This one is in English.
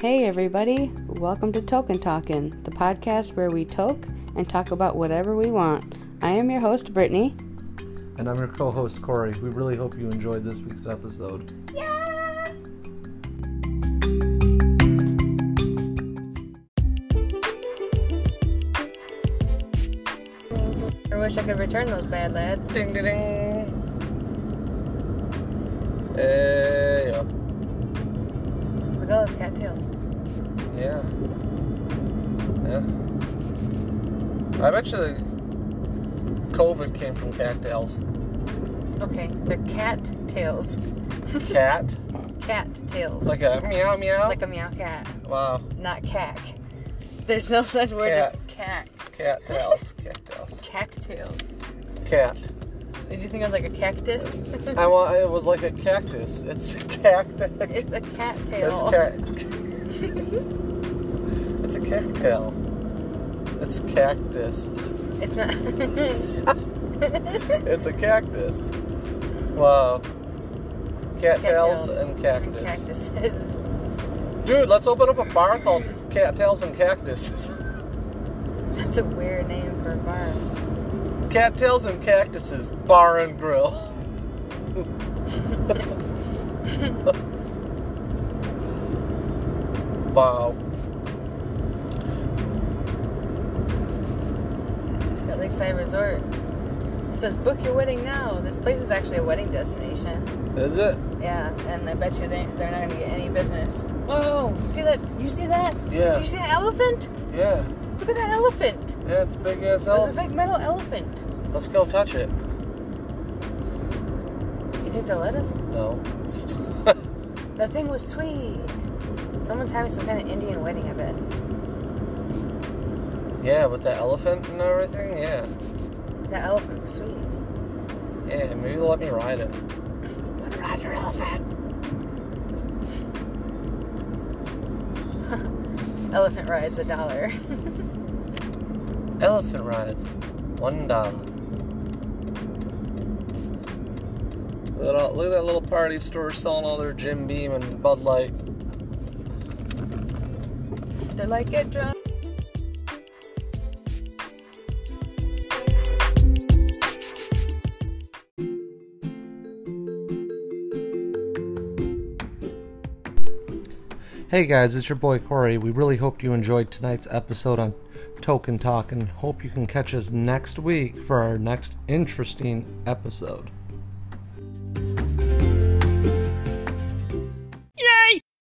Hey, everybody, welcome to Token Talkin', the podcast where we toke and talk about whatever we want. I am your host, Brittany. And I'm your co host, Corey. We really hope you enjoyed this week's episode. I wish I could return those bad lads. Ding ding ding. Hey, Uh, yeah. Look at all those cattails. Yeah. Yeah. I bet you the COVID came from cattails. Okay, they're cat tails. Cat? Cat tails. like a meow meow? Like a meow cat, wow. not cack. There's no such word as cack. Cattails. Cattails. Cactails. Cat. Did you think I was like a cactus? I want, it was like a cactus. It's a cactus. it's a cattail. It's cat. it's a cactail. It's cactus. It's not. It's a cactus. Wow. Cattails Cattails. and cactus. Cactuses. Dude, let's open up a bar called Cattails and Cactuses. That's a weird name for a bar. Cattails and Cactuses Bar and Grill. wow. It's at Lakeside Resort. It says book your wedding now. This place is actually a wedding destination. Is it? Yeah, and I bet you they, they're not gonna get any business. Whoa, see that? You see that? Yeah. You see that elephant? Yeah. Look at that elephant. Yeah, it's a big ass It's a elephant. big metal elephant. Let's go touch it. You think they'll let us? No. That thing was sweet. Someone's having some kind of Indian wedding, I bet. yeah, with the elephant and everything? Yeah. That elephant was sweet. Yeah, maybe they'll let me ride it. Wanna ride your elephant? elephant rides a dollar. Elephant ride. One dollar. Little, look at that little party store selling all their Jim Beam and Bud Light. they're like, get drunk. Hey guys, it's your boy Corey. We really hope you enjoyed tonight's episode on Token Talk and hope you can catch us next week for our next interesting episode.